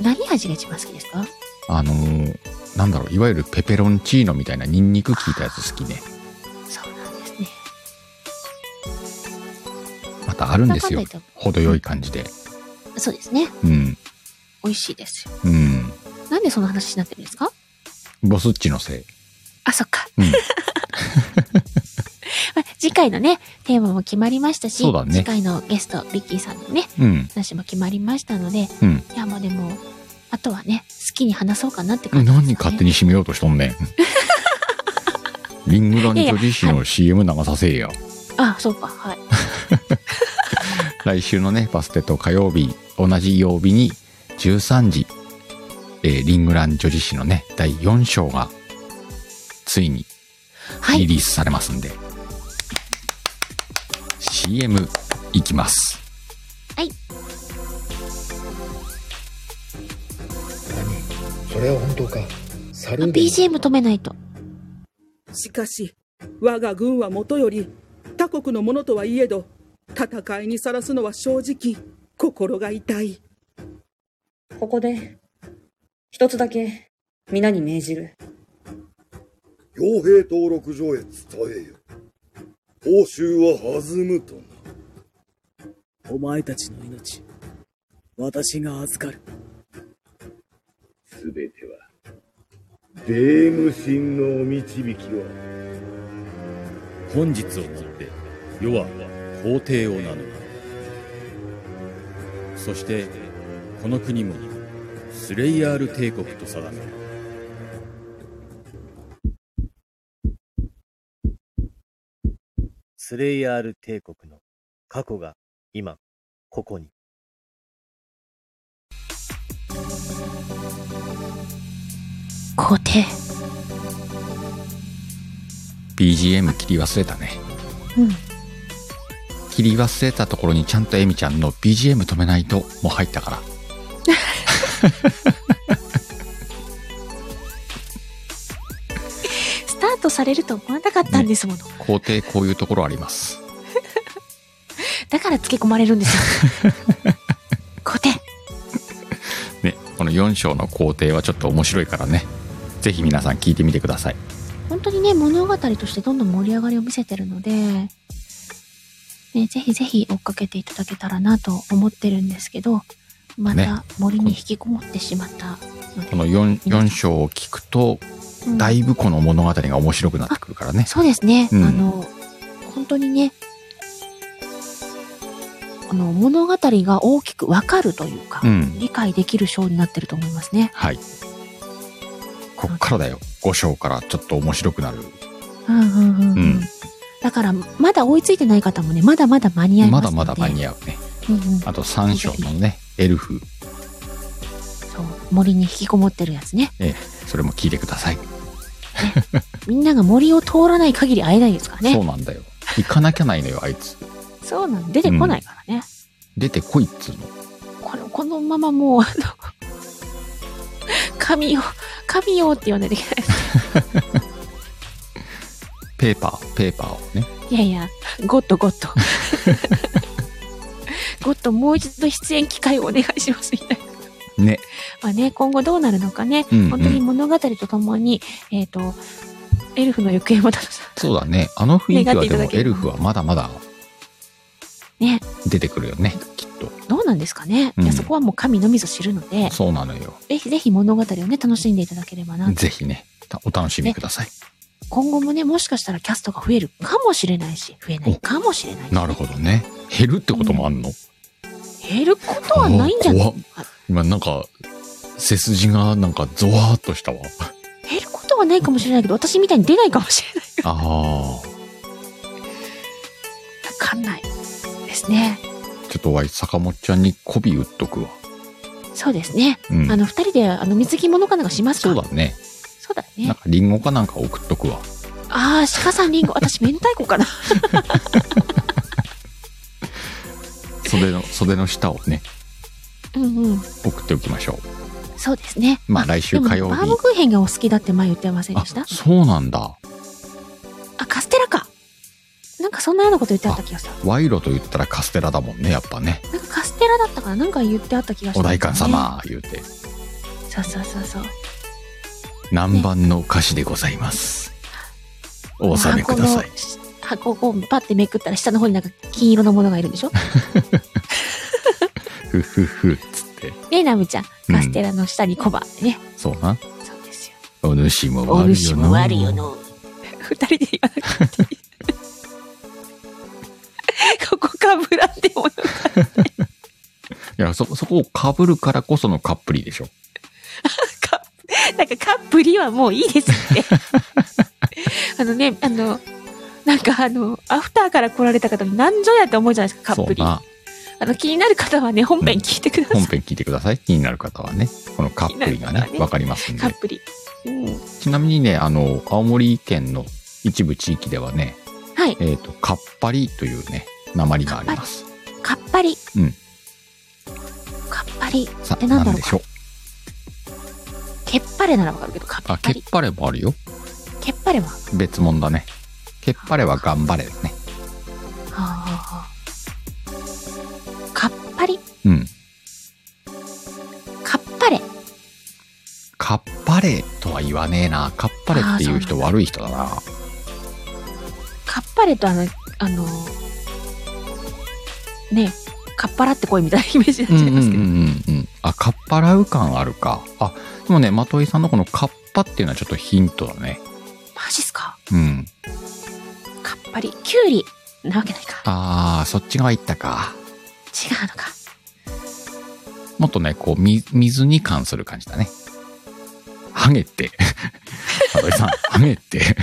[SPEAKER 2] 何味が一番好きですか
[SPEAKER 1] あのーなんだろういわゆるペペロンチーノみたいなニンニク効いたやつ好きね
[SPEAKER 2] そうなんですね。
[SPEAKER 1] またあるんですよ
[SPEAKER 2] わかんない
[SPEAKER 1] 程よい感じで
[SPEAKER 2] とそうですね。
[SPEAKER 1] うん
[SPEAKER 2] 美味しいですよ。
[SPEAKER 1] うん
[SPEAKER 2] なんでその話になってるんですか
[SPEAKER 1] ボスっちのせい
[SPEAKER 2] あ、そっか。
[SPEAKER 1] うん
[SPEAKER 2] まあ次回のね、テーマも決まりましたし、
[SPEAKER 1] そうだね
[SPEAKER 2] 次回のゲスト、ビッキーさんのね、
[SPEAKER 1] うん
[SPEAKER 2] 話も決まりましたので、
[SPEAKER 1] うん
[SPEAKER 2] いや、もうでも、あとはね、好きに話そうかなって感じですかね、
[SPEAKER 1] 何勝手に締めようとしとん ねんリングランド自身の CM 流させえよ
[SPEAKER 2] あ、そうか、はい。
[SPEAKER 1] 来週のねバステと火曜日同じ曜日に13時、えーリングラン女子誌のね第4章がついに
[SPEAKER 2] は
[SPEAKER 1] リ
[SPEAKER 2] い。
[SPEAKER 1] リースされますんで、CM いきます
[SPEAKER 3] 何それは本当かサルーベン
[SPEAKER 2] BGM 止めないと。
[SPEAKER 4] しかし我が軍はもとより他国のものとはいえど戦いにさらすのは正直心が痛い
[SPEAKER 5] ここで、一つだけ皆に命じる。
[SPEAKER 6] 傭兵登録上へ伝えよ。報酬は弾むとな。
[SPEAKER 7] お前たちの命、私が預かる。
[SPEAKER 6] すべては、デーム神のお導きを。
[SPEAKER 8] 本日をもって世は皇帝を名乗るそしてこの国もスレイヤール帝国と定める
[SPEAKER 9] スレイヤール帝国の過去が今、ここに。
[SPEAKER 2] 皇帝
[SPEAKER 1] BGM 切り忘れたね
[SPEAKER 2] うん
[SPEAKER 1] 切り忘れたところにちゃんとエミちゃんの BGM 止めないともう入ったから
[SPEAKER 2] スタートされると思わなかったんですもの、
[SPEAKER 1] 皇帝こういうところあります
[SPEAKER 2] だからつけ込まれるんで すよ皇帝
[SPEAKER 1] ねこの4章の皇帝はちょっと面白いからねぜひ皆さん聞いてみてください
[SPEAKER 2] 本当にね物語としてどんどん盛り上がりを見せてるので、ね、ぜひぜひ追っかけていただけたらなと思ってるんですけどま
[SPEAKER 1] ね
[SPEAKER 2] た森に引きこもってしまったので、
[SPEAKER 1] この 4, 4章を聞くと
[SPEAKER 2] うん
[SPEAKER 1] だいぶこの物語が面白くなってくるからね
[SPEAKER 2] そうですね、
[SPEAKER 1] うん
[SPEAKER 2] あの本当にねあの物語が大きく分かるというか、
[SPEAKER 1] うん
[SPEAKER 2] 理解できる章になってると思いますね。
[SPEAKER 1] はいこっからだよ5章からちょっと面白くなる
[SPEAKER 2] うんうんうんうん
[SPEAKER 1] うん
[SPEAKER 2] だからまだ追いついてない方もねまだまだ間に合い
[SPEAKER 1] ま
[SPEAKER 2] ます
[SPEAKER 1] だ
[SPEAKER 2] ので
[SPEAKER 1] まだ間に合うね
[SPEAKER 2] うんうん
[SPEAKER 1] あと3章のねエルフ
[SPEAKER 2] そう森に引きこもってるやつね
[SPEAKER 1] それも聞いてください、
[SPEAKER 2] みんなが森を通らない限り会えないですからね
[SPEAKER 1] そうなんだよ行かなきゃないのよあいつ
[SPEAKER 2] そうなん出てこないからね、
[SPEAKER 1] 出てこいっつうの
[SPEAKER 2] これこのままもうあの神よ神よって言わないといけないです
[SPEAKER 1] ペーパーペーパーをね
[SPEAKER 2] いやいやゴッド ゴッドゴッドもう一度出演機会をお願いしますみたいな
[SPEAKER 1] ね
[SPEAKER 2] まあね今後どうなるのかね、
[SPEAKER 1] うん、う
[SPEAKER 2] 本当に
[SPEAKER 1] ん、
[SPEAKER 2] 物語とともにえっ、とエルフの行方もたださ
[SPEAKER 1] そうだねあの雰囲気
[SPEAKER 2] 願っ
[SPEAKER 1] は
[SPEAKER 2] てい
[SPEAKER 1] で
[SPEAKER 2] た
[SPEAKER 1] も
[SPEAKER 2] だけ
[SPEAKER 1] エ
[SPEAKER 2] れば
[SPEAKER 1] ルフはまだまだ
[SPEAKER 2] ね
[SPEAKER 1] 出てくるよねきっと
[SPEAKER 2] どうなんですかね、
[SPEAKER 1] うん
[SPEAKER 2] いやそこはもう神のみぞ知るので
[SPEAKER 1] そうなのよ
[SPEAKER 2] ぜひぜひ物語をね楽しんでいただければなと
[SPEAKER 1] ぜひねたお楽しみください
[SPEAKER 2] 今後もねもしかしたらキャストが増えるかもしれないし増えないかもしれない
[SPEAKER 1] なるほどね減るってこともあんの、
[SPEAKER 2] 減ることはないんじゃない
[SPEAKER 1] あー今なんか背筋がなんかゾワーっとしたわ
[SPEAKER 2] 減ることはないかもしれないけど私みたいに出ないかもしれない
[SPEAKER 1] ああ
[SPEAKER 2] わかんないですね
[SPEAKER 1] ちょっとわい坂本ちゃんに媚び打っとくわ
[SPEAKER 2] そうですね、
[SPEAKER 1] うん
[SPEAKER 2] あの二人であの水着物かなんかしますか
[SPEAKER 1] そうだね
[SPEAKER 2] そうだ
[SPEAKER 1] なん
[SPEAKER 2] ね
[SPEAKER 1] かリンゴかなんか送っとくわ
[SPEAKER 2] ああ鹿さんリンゴ私明太子 かな
[SPEAKER 1] 袖 の袖の下をね
[SPEAKER 2] うんうん
[SPEAKER 1] 送っておきましょ
[SPEAKER 2] そうですね
[SPEAKER 1] うまあ来
[SPEAKER 2] で
[SPEAKER 1] 週
[SPEAKER 2] もバ
[SPEAKER 1] 火曜
[SPEAKER 2] ー
[SPEAKER 1] 日
[SPEAKER 2] ムクーヘンがお好きだって前言ってませんでした
[SPEAKER 1] あそうなんだ
[SPEAKER 2] あカステラかなんかそんなようなこと言ってあった気がする
[SPEAKER 1] 賄賂と言ったらカステラだもんねやっぱね
[SPEAKER 2] なんかカステラだったかななんか言ってあった気がした
[SPEAKER 1] お
[SPEAKER 2] んだ
[SPEAKER 1] 代
[SPEAKER 2] よね、
[SPEAKER 1] 官様言うて
[SPEAKER 2] そうそうそうそう
[SPEAKER 1] 南蛮のお菓子でございますお納めください
[SPEAKER 2] 箱の箱をパッてめくったら下の方になんか金色のものがいるん でしょ
[SPEAKER 1] ふふふっつって
[SPEAKER 2] ねえナムちゃん
[SPEAKER 1] うん
[SPEAKER 2] カステラの下に小判ね、
[SPEAKER 1] そうな
[SPEAKER 2] そうですよ
[SPEAKER 1] お主も
[SPEAKER 2] お
[SPEAKER 1] 悪い
[SPEAKER 2] 主
[SPEAKER 1] よ
[SPEAKER 2] も
[SPEAKER 1] な
[SPEAKER 2] 悪いよの 二人で言わなくていいここかぶらんでもよ
[SPEAKER 1] いやそそこをかぶるからこそのカップリでしょ
[SPEAKER 2] かなんかカップリはもういいですって あのねあのなんかあのアフターから来られた方に何ぞやって思うじゃないですかカップリ
[SPEAKER 1] そうな
[SPEAKER 2] あの気になる方はね本編聞いてください、
[SPEAKER 1] 本編聞いてくだ さい気になる方はねこのカップリが
[SPEAKER 2] 気になる
[SPEAKER 1] ね
[SPEAKER 2] 方はね
[SPEAKER 1] わかりますん
[SPEAKER 2] カ
[SPEAKER 1] で
[SPEAKER 2] ップリうん
[SPEAKER 1] ちなみにねあの青森県の一部地域ではね
[SPEAKER 2] はい
[SPEAKER 1] えっ、とカッパリというね鉛があります
[SPEAKER 2] かっぱり。
[SPEAKER 1] うん
[SPEAKER 2] かっぱり。
[SPEAKER 1] さあ
[SPEAKER 2] えなんだろう
[SPEAKER 1] 何でしょう
[SPEAKER 2] けっぱれならわかるけど、か
[SPEAKER 1] あ
[SPEAKER 2] っぱ
[SPEAKER 1] けっ
[SPEAKER 2] り。
[SPEAKER 1] ぱれもあるよ
[SPEAKER 2] けっぱれは。
[SPEAKER 1] 別物だねけっぱれは頑張れだね
[SPEAKER 2] はあはあはあかっぱり。
[SPEAKER 1] うん
[SPEAKER 2] かっぱれ。
[SPEAKER 1] カッパパレとは言わねえな。カッパレっていう人悪い人だな。
[SPEAKER 2] カッパレとあの、あの、ね、カッパラって声みたいな イメージに
[SPEAKER 1] う
[SPEAKER 2] なっ
[SPEAKER 1] ん
[SPEAKER 2] ち
[SPEAKER 1] うん
[SPEAKER 2] ゃい
[SPEAKER 1] う
[SPEAKER 2] ま
[SPEAKER 1] ん
[SPEAKER 2] すけど。
[SPEAKER 1] うんうん。あ、カッパラウ感あるか。あ、でもね、まといさんのこのカッパっていうのはちょっとヒントだね。
[SPEAKER 2] マジっすか
[SPEAKER 1] うん。
[SPEAKER 2] カッパリ。キュウリなわけないか。
[SPEAKER 1] あー、そっち側行ったか。
[SPEAKER 2] 違うのか。
[SPEAKER 1] もっとね、こう、み、水に関する感じだね。ハゲって。 まといさん、ハゲって。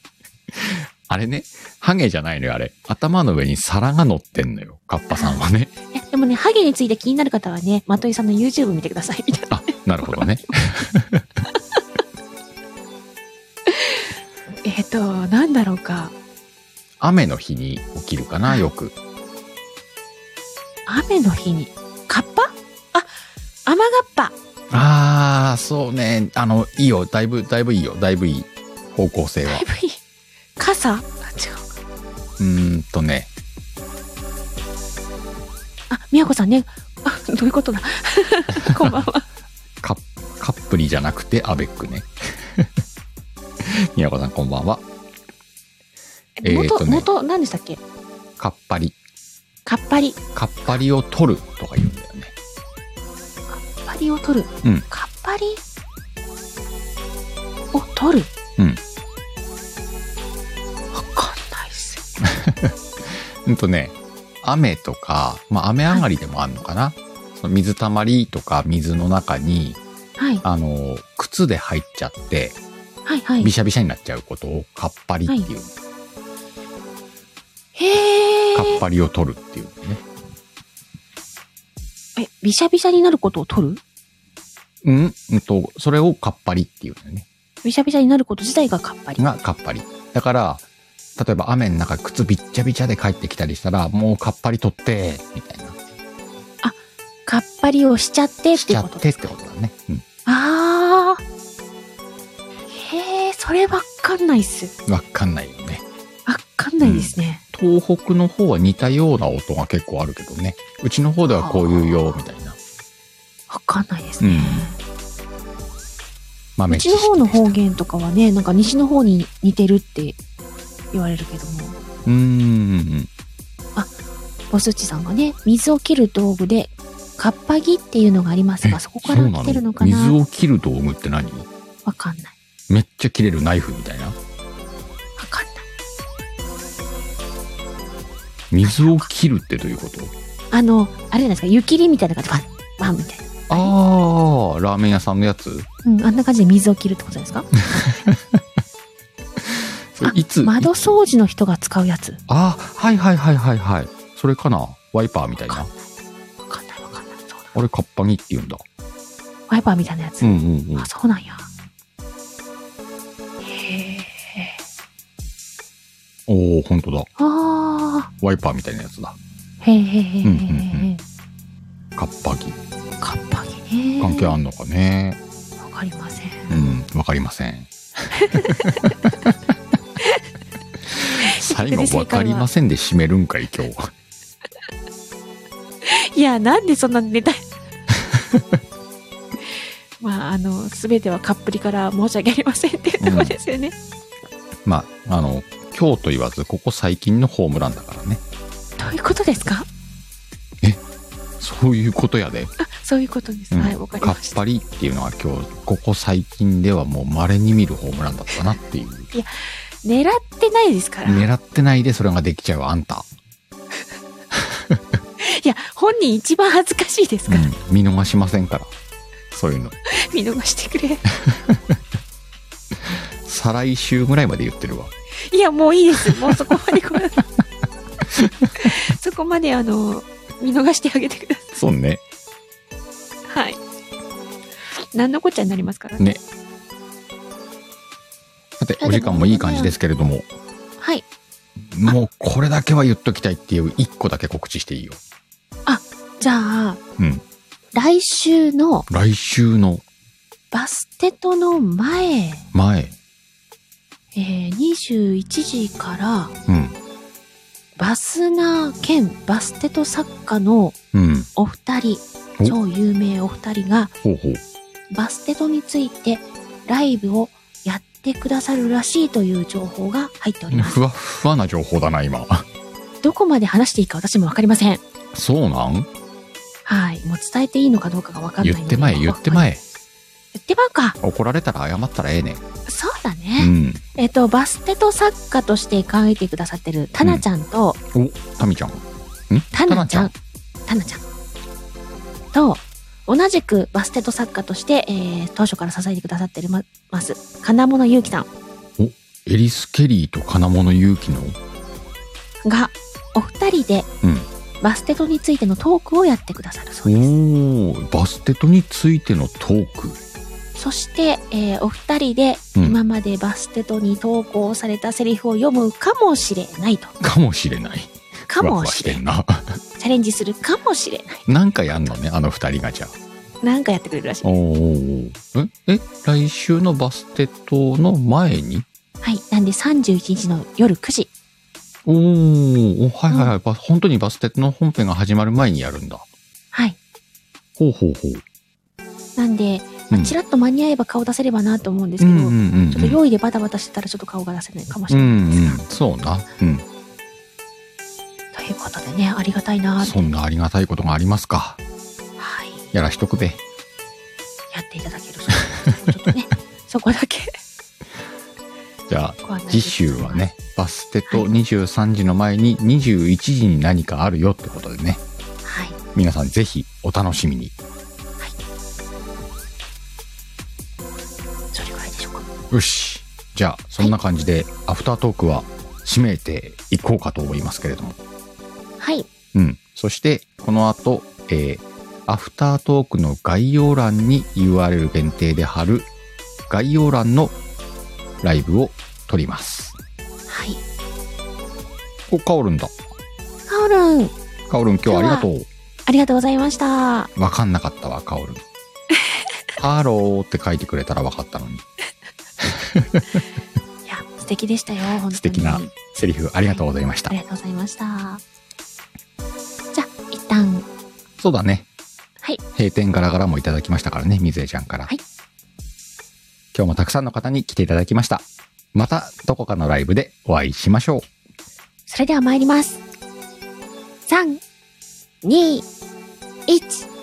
[SPEAKER 1] あれね、ハゲじゃないのよ、あれ。頭の上に皿が乗ってんのよ、カッパさんはね。
[SPEAKER 2] いやでもね、ハゲについて気になる方はね、まといさんの YouTube 見てください。み たいな。
[SPEAKER 1] あ、なるほどね。
[SPEAKER 2] えっと、なんだろうか。
[SPEAKER 1] 雨の日に起きるかな、よく。
[SPEAKER 2] 雨の日に。カッパあ、雨がっぱ。
[SPEAKER 1] ああ、そうね。あの、いいよ。だいぶ、だいぶいいよ。だいぶいい。方向性は
[SPEAKER 2] だい。ぶいい。傘あ違う。
[SPEAKER 1] うーんとね。
[SPEAKER 2] あ、みやこさんね。あ、どういうことだ。 こんばんは。
[SPEAKER 1] カッ、カップリじゃなくて、アベックね。 みやこさん、こんばんは。えーと
[SPEAKER 2] 元、
[SPEAKER 1] ね
[SPEAKER 2] 元、何でしたっけ
[SPEAKER 1] カッパリ。
[SPEAKER 2] カッパリ。
[SPEAKER 1] カッパリを取るとか言うんだよね。
[SPEAKER 2] カッパリを取る。
[SPEAKER 1] うん
[SPEAKER 2] カッパリを取る。
[SPEAKER 1] うん
[SPEAKER 2] わかんないっす。
[SPEAKER 1] うんとね、雨とか、まあ、雨上がりでもあんのかな。その水たまりとか、水の中に、
[SPEAKER 2] はい。
[SPEAKER 1] あの、靴で入っちゃって、
[SPEAKER 2] はいはい
[SPEAKER 1] び。しゃびしゃになっちゃうことを、カッパリっていう。
[SPEAKER 2] へ
[SPEAKER 1] カッ
[SPEAKER 2] ー。
[SPEAKER 1] パリを取るっていうね。
[SPEAKER 2] え、びしゃびしゃになることを取る
[SPEAKER 1] うん、うんと、それをカッパリっていうんだよね。
[SPEAKER 2] びしゃびしゃになること自体がカッパリ。
[SPEAKER 1] がカッパリ。だから、例えば雨の中靴びっちゃびちゃで帰ってきたりしたら、もうカッパリ取って、みたいな。
[SPEAKER 2] カッパリをしちゃってっ
[SPEAKER 1] してち
[SPEAKER 2] い
[SPEAKER 1] ゃ
[SPEAKER 2] うこ
[SPEAKER 1] っ
[SPEAKER 2] と
[SPEAKER 1] て
[SPEAKER 2] で
[SPEAKER 1] っ
[SPEAKER 2] す
[SPEAKER 1] て
[SPEAKER 2] か
[SPEAKER 1] ことだね。う
[SPEAKER 2] あー。へー、それわかんないっす。
[SPEAKER 1] ん。わかんないよね。
[SPEAKER 2] わかんないですね。
[SPEAKER 1] 東北の方は似たような音が結構あるけどね。うちの方ではこういうよ、みたいな。
[SPEAKER 2] わ、かんないですね。う
[SPEAKER 1] 豆知
[SPEAKER 2] ちの
[SPEAKER 1] 識
[SPEAKER 2] 方の
[SPEAKER 1] でした
[SPEAKER 2] 方言とかはね、なんか西の方に似てるって言われるけども。
[SPEAKER 1] うーん。
[SPEAKER 2] ボスッチさんがね、水を切る道具で、カッパギっていうのがありますが、そこから来てるのか
[SPEAKER 1] 水
[SPEAKER 2] な
[SPEAKER 1] を切る道具って何
[SPEAKER 2] わかんない。
[SPEAKER 1] めっちゃ切れるナイフみたいな。
[SPEAKER 2] わかんない。
[SPEAKER 1] 水を切るってどういうこと
[SPEAKER 2] あの、あれじゃないですか、湯切りみたいな感じで、バン、バンみたいな。
[SPEAKER 1] あー、ラーメン屋さんのやつ
[SPEAKER 2] うん、あんな感じで水を切るってことですか
[SPEAKER 1] それいつ
[SPEAKER 2] 窓掃除の人が使うやつ。
[SPEAKER 1] あはいはいはいはいはいそれかなワイパーみたいな
[SPEAKER 2] わかんないわかんない。そうだ。
[SPEAKER 1] あれカッパギって言うんだ
[SPEAKER 2] ワイパーみたいなやつ。
[SPEAKER 1] うんうんうん
[SPEAKER 2] あ、そうなんや。へえ。
[SPEAKER 1] おお本当だ
[SPEAKER 2] あ
[SPEAKER 1] ワイパーみたいなやつだ
[SPEAKER 2] ー。へえへえへえへえ。
[SPEAKER 1] うんうんカッパギ
[SPEAKER 2] カッパギね。
[SPEAKER 1] 関係あんのかね
[SPEAKER 2] わかりません。
[SPEAKER 1] うんわかりま せん最後わかりませんで締めるんかい今日
[SPEAKER 2] いや、なんでそんなネ タ。まあ、あの、すべてはカップリから申し訳ありませんっていうところですよね。
[SPEAKER 1] まああの今日と言わずここ最近のホームランだからね
[SPEAKER 2] どういうことですか
[SPEAKER 1] そういうことやで、
[SPEAKER 2] そういうことです。
[SPEAKER 1] うん
[SPEAKER 2] はい、わかり
[SPEAKER 1] カ
[SPEAKER 2] まし
[SPEAKER 1] ッ
[SPEAKER 2] た。
[SPEAKER 1] パリっていうのは今日ここ最近ではもう稀に見るホームランだったなっていう
[SPEAKER 2] 狙ってないですから。い
[SPEAKER 1] 狙ってないでそれができちゃうあんた、
[SPEAKER 2] や、本人一番恥ずかしいですから。
[SPEAKER 1] うん見逃しませんからそういうの
[SPEAKER 2] 見逃してくれ。
[SPEAKER 1] 再来週ぐらいまで言ってるわ
[SPEAKER 2] いや、もういいです。もうそこまで来ない。 そこまで、あの、見逃してあげてくださ
[SPEAKER 1] そうね
[SPEAKER 2] い。はい。何のこっちゃになりますからね。
[SPEAKER 1] ねさてお時間もいい感じですけれども
[SPEAKER 2] はい。
[SPEAKER 1] もうこれだけは言っときたいっていう一個だけ告知していいよ
[SPEAKER 2] じゃあ、
[SPEAKER 1] うん
[SPEAKER 2] 来週の
[SPEAKER 1] 来週の
[SPEAKER 2] バステトの前、
[SPEAKER 1] 前
[SPEAKER 2] えー、21時から
[SPEAKER 1] うん
[SPEAKER 2] バスナー兼バステト作家の
[SPEAKER 1] うん
[SPEAKER 2] お二人
[SPEAKER 1] お
[SPEAKER 2] 超有名お二人が
[SPEAKER 1] ほうほう
[SPEAKER 2] バステトについてライブをやってくださるらしいという情報が入っております。
[SPEAKER 1] ふわっふわな情報だな、今。
[SPEAKER 2] どこまで話していいか私もわかりません。
[SPEAKER 1] そうなん
[SPEAKER 2] はい。もう伝えていいのかどうかがわかんない
[SPEAKER 1] 言
[SPEAKER 2] ので。
[SPEAKER 1] ってまえ、言って
[SPEAKER 2] え。
[SPEAKER 1] まえ。
[SPEAKER 2] 言ってまうか。
[SPEAKER 1] 怒られたら謝ったらええね。
[SPEAKER 2] そうだ
[SPEAKER 1] う
[SPEAKER 2] ね。
[SPEAKER 1] ん。
[SPEAKER 2] えっと、バステト作家として考えてくださってるタナちゃんと、
[SPEAKER 1] お、タミちゃん。ん
[SPEAKER 2] タナちゃん
[SPEAKER 1] タ。
[SPEAKER 2] タナちゃん。と、同じくバステト作家として、えー、当初から支えてくださってるまます、金物ゆうきさん
[SPEAKER 1] エリス・ケリーと金物勇気の。
[SPEAKER 2] が、お二人で
[SPEAKER 1] うん、
[SPEAKER 2] バステトについてのトークをやってくださるそうです。
[SPEAKER 1] おー、バステトについてのトーク。
[SPEAKER 2] そして、えーお二人で、
[SPEAKER 1] うん
[SPEAKER 2] 今までバステトに投稿されたセリフを読むかもしれないと。
[SPEAKER 1] かもしれない。
[SPEAKER 2] か
[SPEAKER 1] ふわふ
[SPEAKER 2] も
[SPEAKER 1] わ
[SPEAKER 2] し
[SPEAKER 1] して
[SPEAKER 2] れなんい。
[SPEAKER 1] な。
[SPEAKER 2] チャレンジするかもしれない。
[SPEAKER 1] なんかやんのね、あの二人がじゃあ。
[SPEAKER 2] なんかやってくれるらしい
[SPEAKER 1] おー
[SPEAKER 2] です。
[SPEAKER 1] おーおーえ、え、来週のバステトの前に
[SPEAKER 2] はい。なんで31日の夜9時。
[SPEAKER 1] おーお、はいはいはい、ば本当にバステの本編が始まる前にやるんだ。
[SPEAKER 2] はい。
[SPEAKER 1] ほうほうほう。
[SPEAKER 2] なんで、
[SPEAKER 1] うん
[SPEAKER 2] ちらっと間に合えば顔出せればなと思うんです
[SPEAKER 1] う
[SPEAKER 2] け
[SPEAKER 1] ん
[SPEAKER 2] ど、
[SPEAKER 1] うんうんうん。
[SPEAKER 2] ちょっと用意でバタバタしてたらちょっと顔が出せないかもし
[SPEAKER 1] う
[SPEAKER 2] れない
[SPEAKER 1] ん
[SPEAKER 2] です
[SPEAKER 1] う
[SPEAKER 2] が。
[SPEAKER 1] ん、そうな。うん。
[SPEAKER 2] ということでね、ありがたいなと
[SPEAKER 1] そんなありがたいことがありますか。
[SPEAKER 2] はい。
[SPEAKER 1] やらしとくべ。
[SPEAKER 2] やっていただけるそうです。ちょっと ね、そこだけ
[SPEAKER 1] じゃあ、
[SPEAKER 2] ご案内
[SPEAKER 1] 次週はね、バステと23時の前に21時に何かあるよってことでね、
[SPEAKER 2] はい。
[SPEAKER 1] 皆さんぜひお楽しみに。
[SPEAKER 2] それぐらいでしょうか。
[SPEAKER 1] よし。じゃあ、そんな感じで、アフタートークは締めていこうかと思いますけれども。
[SPEAKER 2] はい。
[SPEAKER 1] うん。そして、この後、えーアフタートークの概要欄に URL 限定で貼る概要欄のライブを撮ります。
[SPEAKER 2] はい。
[SPEAKER 1] お、カオルンだ。
[SPEAKER 2] カオルン、
[SPEAKER 1] カオルン今日ありがとう。
[SPEAKER 2] ありがとうございました。
[SPEAKER 1] わかんなかったわ、カオルン。ハローって書いてくれたらわかったのに。
[SPEAKER 2] いや、素敵でしたよ、本当に。
[SPEAKER 1] 素敵なセリフありがとうございました
[SPEAKER 2] あり。がとうございました。じゃあ、一旦、
[SPEAKER 1] そうだね。
[SPEAKER 2] はい。
[SPEAKER 1] 閉店ガラガラもいただきましたからね、水江ちゃんから。
[SPEAKER 2] はい
[SPEAKER 1] 今日もたくさんの方に来ていただきました。またどこかのライブでお会いしましょう。
[SPEAKER 2] それでは参ります。3、2、1、